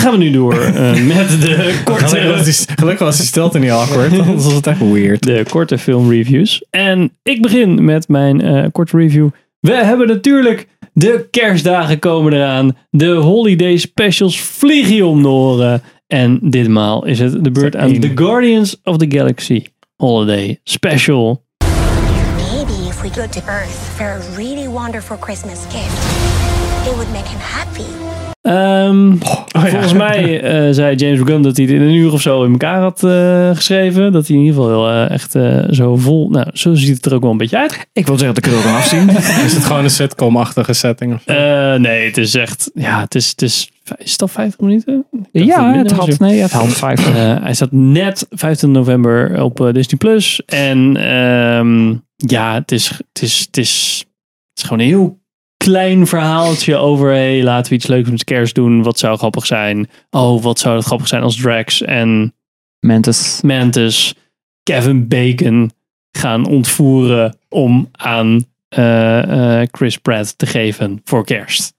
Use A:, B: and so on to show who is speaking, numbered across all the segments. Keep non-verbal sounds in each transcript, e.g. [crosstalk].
A: gaan we nu door [laughs] eh, met de
B: Gelukkig was
A: korte,
B: die- Gelukkig was die stilte niet awkward. Anders was het echt weird.
A: de korte filmreviews. En ik begin met mijn eh, korte review. We hebben natuurlijk de kerstdagen komen eraan. De holiday specials vliegen je om de oren. En ditmaal is het de beurt aan
B: één.
A: The Guardians of the Galaxy Holiday Special.
C: Maybe if we go to Earth for a really wonderful Christmas gift, it would make him happy.
A: Ehm,
B: Oh, ja.
A: Volgens mij eh, zei James Gunn dat hij het in een uur of zo in elkaar had eh, geschreven. Dat hij in ieder geval heel, eh, echt eh, zo vol... Nou, zo ziet het er ook wel een beetje uit.
B: Ik wil zeggen dat ik er ook aan
A: [laughs]
B: afzien. Is het gewoon een sitcom-achtige setting? Of
A: Eh, nee, het is echt... Ja, het is... Het is is het al 50 minuten? Ik dacht dat
D: Ja,
A: minder
D: het
A: was, joh.
D: had, nee, het had vijf.
A: Eh, hij staat net 15 november op eh, Disney+. Plus. En ehm, ja, het is, het, is, het, is, het is gewoon een heel klein verhaaltje over... Hey, laten we iets leuks met kerst doen. Wat zou grappig zijn? Oh, wat zou het grappig zijn als Drax en...
D: Mantis.
A: Mantis Kevin Bacon gaan ontvoeren om aan eh, eh, Chris Pratt te geven voor kerst.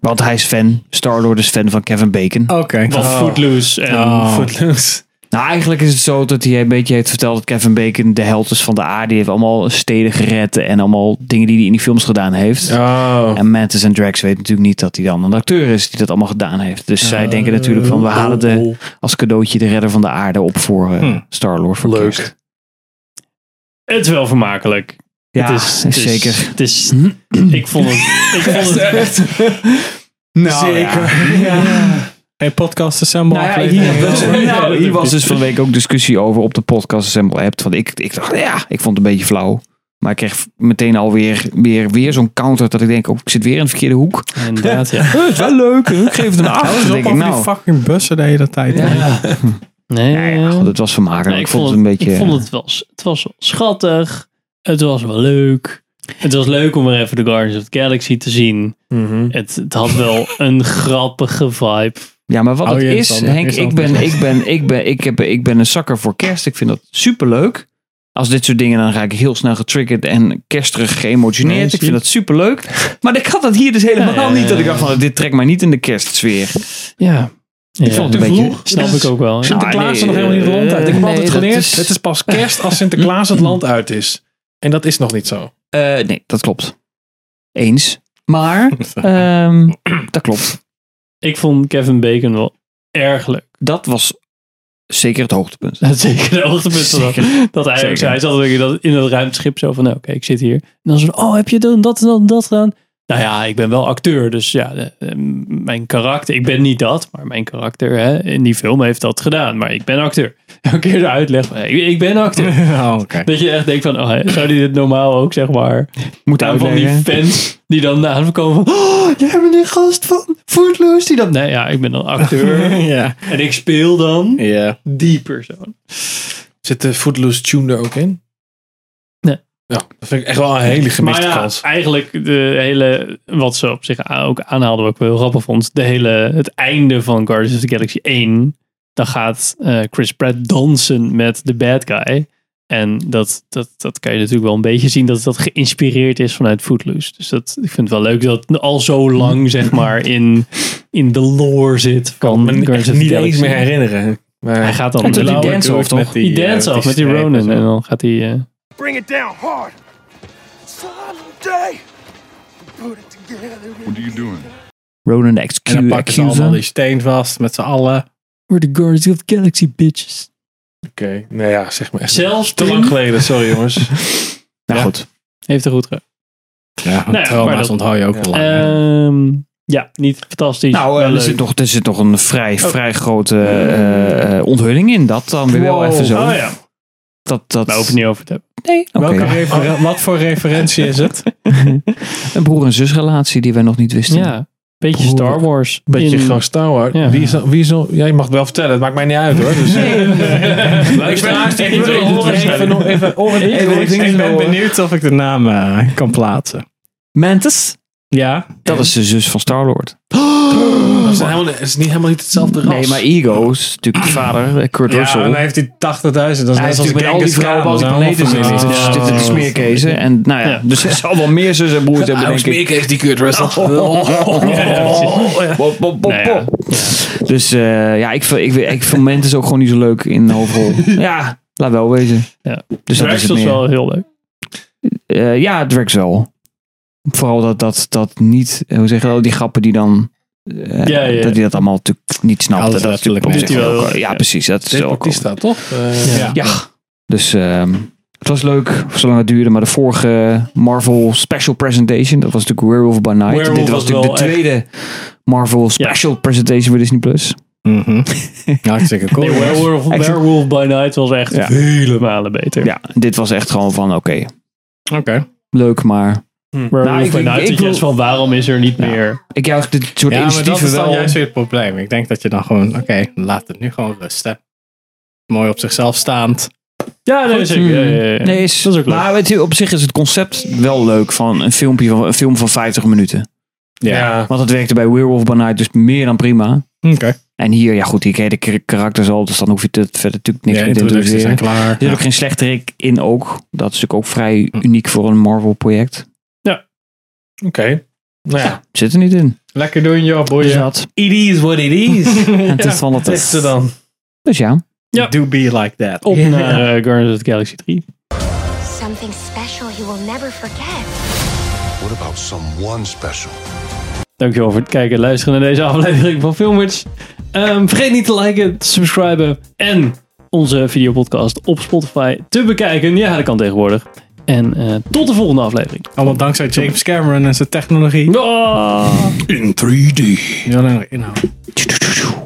D: Want hij is fan. Star-Lord is fan van Kevin Bacon.
A: Oh.
B: Oké.
A: Wat Footloose en
B: Oh.
A: Footloose.
D: Nou, eigenlijk is het zo dat hij een beetje heeft verteld dat Kevin Bacon de held is van de aarde. Die heeft allemaal steden gered en allemaal dingen die hij in die films gedaan heeft.
B: Oh.
D: En Mantis en Drax weten natuurlijk niet dat hij dan een acteur is die dat allemaal gedaan heeft. Dus
A: Eh,
D: zij denken natuurlijk van we halen
A: oh.
D: de, als cadeautje de redder van de aarde op voor eh,
B: Hm.
D: Star-Lord voor
B: Leuk.
D: kerst.
A: Het is wel vermakelijk.
D: Ja,
A: het is,
D: is
A: het is-
D: zeker.
A: Het is, ik vond het... Ik
D: [laughs]
A: vond het
B: Nou, zeker. Hey, podcast assemble.
D: Nou ja,
B: aflevering.
D: hier, was, nou, hier was dus van de week ook discussie over op de podcast Assemble app. Want ik, ik dacht, ja, ik vond het een beetje flauw. Maar ik kreeg meteen alweer weer, weer zo'n counter dat ik denk, oh, ik zit weer in de verkeerde hoek.
A: inderdaad, ja.
D: Eh, het is wel leuk, eh, ik geef het een
B: Hou eens
D: acht.
B: op
D: Dan denk ik,
B: over die
D: nou,
B: fucking bussen de hele tijd. man.
A: Nee,
D: ja, ja, goed, het was vermakelijk.
A: Nee,
D: ik vond het een beetje... eh,
A: Ik vond het wel, s- het was wel schattig. Het was wel leuk. Het was leuk om weer even de Guardians of the Galaxy te zien.
D: Mhm.
A: Het, het had wel
D: [laughs]
A: een grappige vibe.
D: Oh, Ja, maar wat
B: Hou
D: het
B: je
D: is,
B: het dan?
D: Henk,
B: Is dat-
D: ik ben, ik, ben, ik, ben, ik, heb, ik ben een zakker voor kerst. Ik vind dat superleuk. Als dit soort dingen, dan raak ik heel snel getriggerd en kersterig
B: Nee,
D: geëmotioneerd.
B: zie
D: Ik vind
B: je.
D: dat superleuk. Maar ik had dat hier dus helemaal
A: Ja, ja, ja,
D: niet. Dat ik
A: ja.
D: dacht van, dit trekt mij niet in de kerstsfeer.
A: Ja. Ik
D: vond het een beetje-
A: Snap ik ook wel. ja.
B: Sinterklaas
D: Ah, nee,
B: is nog helemaal niet het land uit. Ik heb
D: eh,
B: altijd
D: nee, dat
B: geleerd,
D: is-
B: het is pas kerst als Sinterklaas het land uit is. En dat is nog niet zo.
D: Eh, nee, dat klopt. Eens. [laughs] Maar, ehm, dat klopt.
A: Ik vond Kevin Bacon wel erg leuk.
D: Dat was zeker het [laughs] hoogtepunt.
A: Dat is zeker de hoogtepunt van dat. Dat hij ook
D: Zeker.
A: zei, hij zat natuurlijk in dat- in dat ruimteschip zo van, nou, oké, ik zit hier. En dan zo, van, oh, heb je dan dat en dat en dat gedaan? Nou ja, ik ben wel acteur, dus ja, de- eh, mijn karakter, ik ben niet dat, maar mijn karakter hè, in die film heeft dat gedaan, maar ik ben acteur. [laughs] Elke keer de uitleg van, hey, ik ben
D: [laughs]
A: acteur.
D: Oh,
B: Oké.
A: Dat je echt denkt van, oh, zou die dit normaal ook, zeg maar,
D: Moet
A: Daar van die
D: uitleggen.
A: fans die dan naar hem komen van... Oh, jij bent die gast van Footloose. Die dan... Nee, ja, ik ben dan
D: [laughs]
A: acteur.
B: Ja.
A: en ik speel dan
B: ja.
A: die persoon.
B: Zit de Footloose Tune er ook in?
A: Nee.
B: Ja, dat vind ik echt wel een hele gemiste
A: Maar ja,
B: kans.
A: eigenlijk de hele... Wat ze op zich a- ook aanhaalden, wat ik wel heel grappig vond. De hele, het einde van Guardians of the Galaxy 1. Dan gaat eh, Chris Pratt dansen met de bad guy. En dat, dat, dat kan je natuurlijk wel een beetje zien dat dat geïnspireerd is vanuit Footloose. Dus dat, ik vind het wel leuk dat het al zo lang, zeg maar, in, in de lore zit. Van
B: Ik kan me
A: Guardians
B: echt
A: of the
B: niet
A: Galaxy.
B: eens meer herinneren. Maar
A: Hij gaat dan
D: En toen die
A: blauwe
D: dance-off,
A: doek
D: toch?
A: met Die,
B: Die, eh,
A: dance-off
B: die
A: met die
B: strepen
A: Ronin.
B: zo.
A: En dan gaat hij... eh,
E: Bring it down hard. Solemn day. Put it together.
F: What are you doing?
D: Ronan de
B: en dan pakken ze allemaal die
D: Excuser.
B: steen vast met z'n allen.
A: We're the Guardians of the Galaxy, bitches.
B: Oké, nou ja, zeg maar echt.
A: Zelfs
B: te
A: toen-
B: lang geleden, sorry
A: [laughs]
B: jongens.
D: Nou
B: Ja.
D: goed. Nou, eh,
A: Heeft er goed gedaan.
B: Ja,
A: maar
B: trauma's
A: dat-
B: onthoud je ook wel lang. hè?
A: Ehm, ja, niet fantastisch.
D: Nou,
A: wel
D: eh, er
A: leuk.
D: zit, nog, Oh. er zit nog een vrij, vrij grote eh, eh, onthulling in. Dat dan weer wel
B: Wow.
D: even zo.
A: Oh ja,
D: Dat, dat...
A: daar hoef je niet over te hebben.
D: Nee, oké.
B: Welke referen- Wat voor referentie is het?
D: Een broer- en zusrelatie die wij nog niet wisten.
A: Ja, beetje
D: Broer.
A: Star Wars.
B: Beetje
A: in-
B: gewoon Star Wars.
A: Ja.
B: Wie is dan- wie is dan- jij mag het wel vertellen, het maakt mij niet uit hoor.
A: [laughs]
B: Dus, [laughs]
A: Luisteraars die niet
B: Ik
A: willen
B: wil
A: horen,
B: even
A: zijn.
B: nog even oren-
A: Ik wil
B: Ik
A: niks
B: ben
A: horen.
B: benieuwd of ik de naam eh, kan plaatsen.
D: Mantis?
A: Ja.
D: Dat is de zus van Star-Lord.
B: Dat is helemaal, het is niet, helemaal niet hetzelfde ras.
D: Oh. Nee, maar Ego is natuurlijk de vader, eh, Kurt
B: ja,
D: Russell.
B: maar hij heeft die 80.000. Dat is net
D: Hij
B: zoals
D: heeft natuurlijk met al
B: Genghis
D: die vrouwen op al die
B: Khan, dat is
D: planeten
B: een
D: zitten.
B: hoofdfamilie.
D: Dus
A: Ja.
D: er
F: eh,
D: zitten de smeerkezen. En nou ja,
A: Ja.
D: dus er zal wel meer zus en broers hebben, denk ik. Oh,
B: Smeerkees die Kurt Russell.
D: Dus Bop, bop, bop,
A: Nou ja.
D: bop. Dus eh, ja, ik, vind- ik, ik, ik vind Mantis ook gewoon niet zo leuk in de hoofdrol. [laughs] ja, laat wel wezen.
A: Ja.
D: Dus dat is het
A: Drax was
D: meer.
A: wel heel leuk.
D: Eh, ja, Drax wel. Vooral dat, dat, dat niet, eh, hoe zeg je dat, die grappen die dan... eh,
A: Ja, ja.
D: Dat hij dat allemaal natuurlijk niet snapt.
F: Alles
D: dat is
F: letterlijk
D: natuurlijk op
A: mee.
D: zich
A: Doet hij
D: ook-
A: wel.
D: Ja,
A: Ja.
D: precies. Dat is ook
B: Die staat toch? Eh,
A: Ja.
D: Ja. Dus ehm, het was leuk, zolang het duurde. Maar de vorige Marvel Special Presentation, dat was natuurlijk Werewolf by Night.
A: Werewolf
D: Dit was
A: was
D: natuurlijk de
A: wel echt-
D: tweede Marvel Special Presentation voor Disney+. Plus.
F: Mhm. [laughs] Hartstikke cool.
A: Nee, Werewolf,
D: Echt-
A: Werewolf by Night was echt
D: Ja.
A: vele malen beter.
D: Ja, dit was echt gewoon van, oké,
F: Oké.
D: leuk, maar...
A: Werewolf
D: Nou, ik-
A: by
D: ik-
A: Night,
D: ik
A: dat je
D: wil-
A: is van waarom is er niet meer...
D: Ik juich dit soort
F: Ja, maar dat
D: initiatieven
F: is dan
D: wel...
F: juist weer het probleem. Ik denk dat je dan gewoon, oké, laat het nu gewoon rusten. Mooi op zichzelf staand.
A: Ja, nee, zeker. Ja, ja, ja, ja.
D: hmm. Nee, is,
A: Dat is ook leuk.
D: maar weet je, op zich is het concept wel leuk van een, filmpje van een film van 50 minuten.
F: Ja.
D: Want dat werkte bij Werewolf by Night dus meer dan prima.
F: Oké.
D: En hier, ja goed, hier ken je de kar- karakters al, dus dan hoef je het verder natuurlijk niks
F: Ja,
D: meer te dus
F: introducties
D: introduceren.
F: zijn klaar.
D: Er zit ook geen slechterik in ook. Dat is natuurlijk ook vrij uniek voor een Marvel project.
B: Oké. Nou ja,
D: Zit er niet in.
B: lekker doen joh,
D: Dus
B: boeien.
D: dat.
B: It is what it is.
D: En het is van dat
B: Zegt ze dan.
D: Dus ja. Oh.
A: Ja.
F: Do be like that.
A: Op naar eh, Guardians of the Galaxy 3.
C: Something special you will never forget.
E: What about someone special?
A: Dankjewel voor het kijken en luisteren naar deze aflevering van Filmers. Ehm, vergeet niet te liken, te subscriben en onze videopodcast op Spotify te bekijken. Ja, dat kan tegenwoordig. En eh, tot de volgende aflevering.
F: Allemaal dankzij James Cameron en zijn technologie.
A: Ah.
E: In 3D.
F: Ja, nou, inhoud.
D: Tjoe, tjoe, tjoe, tjoe.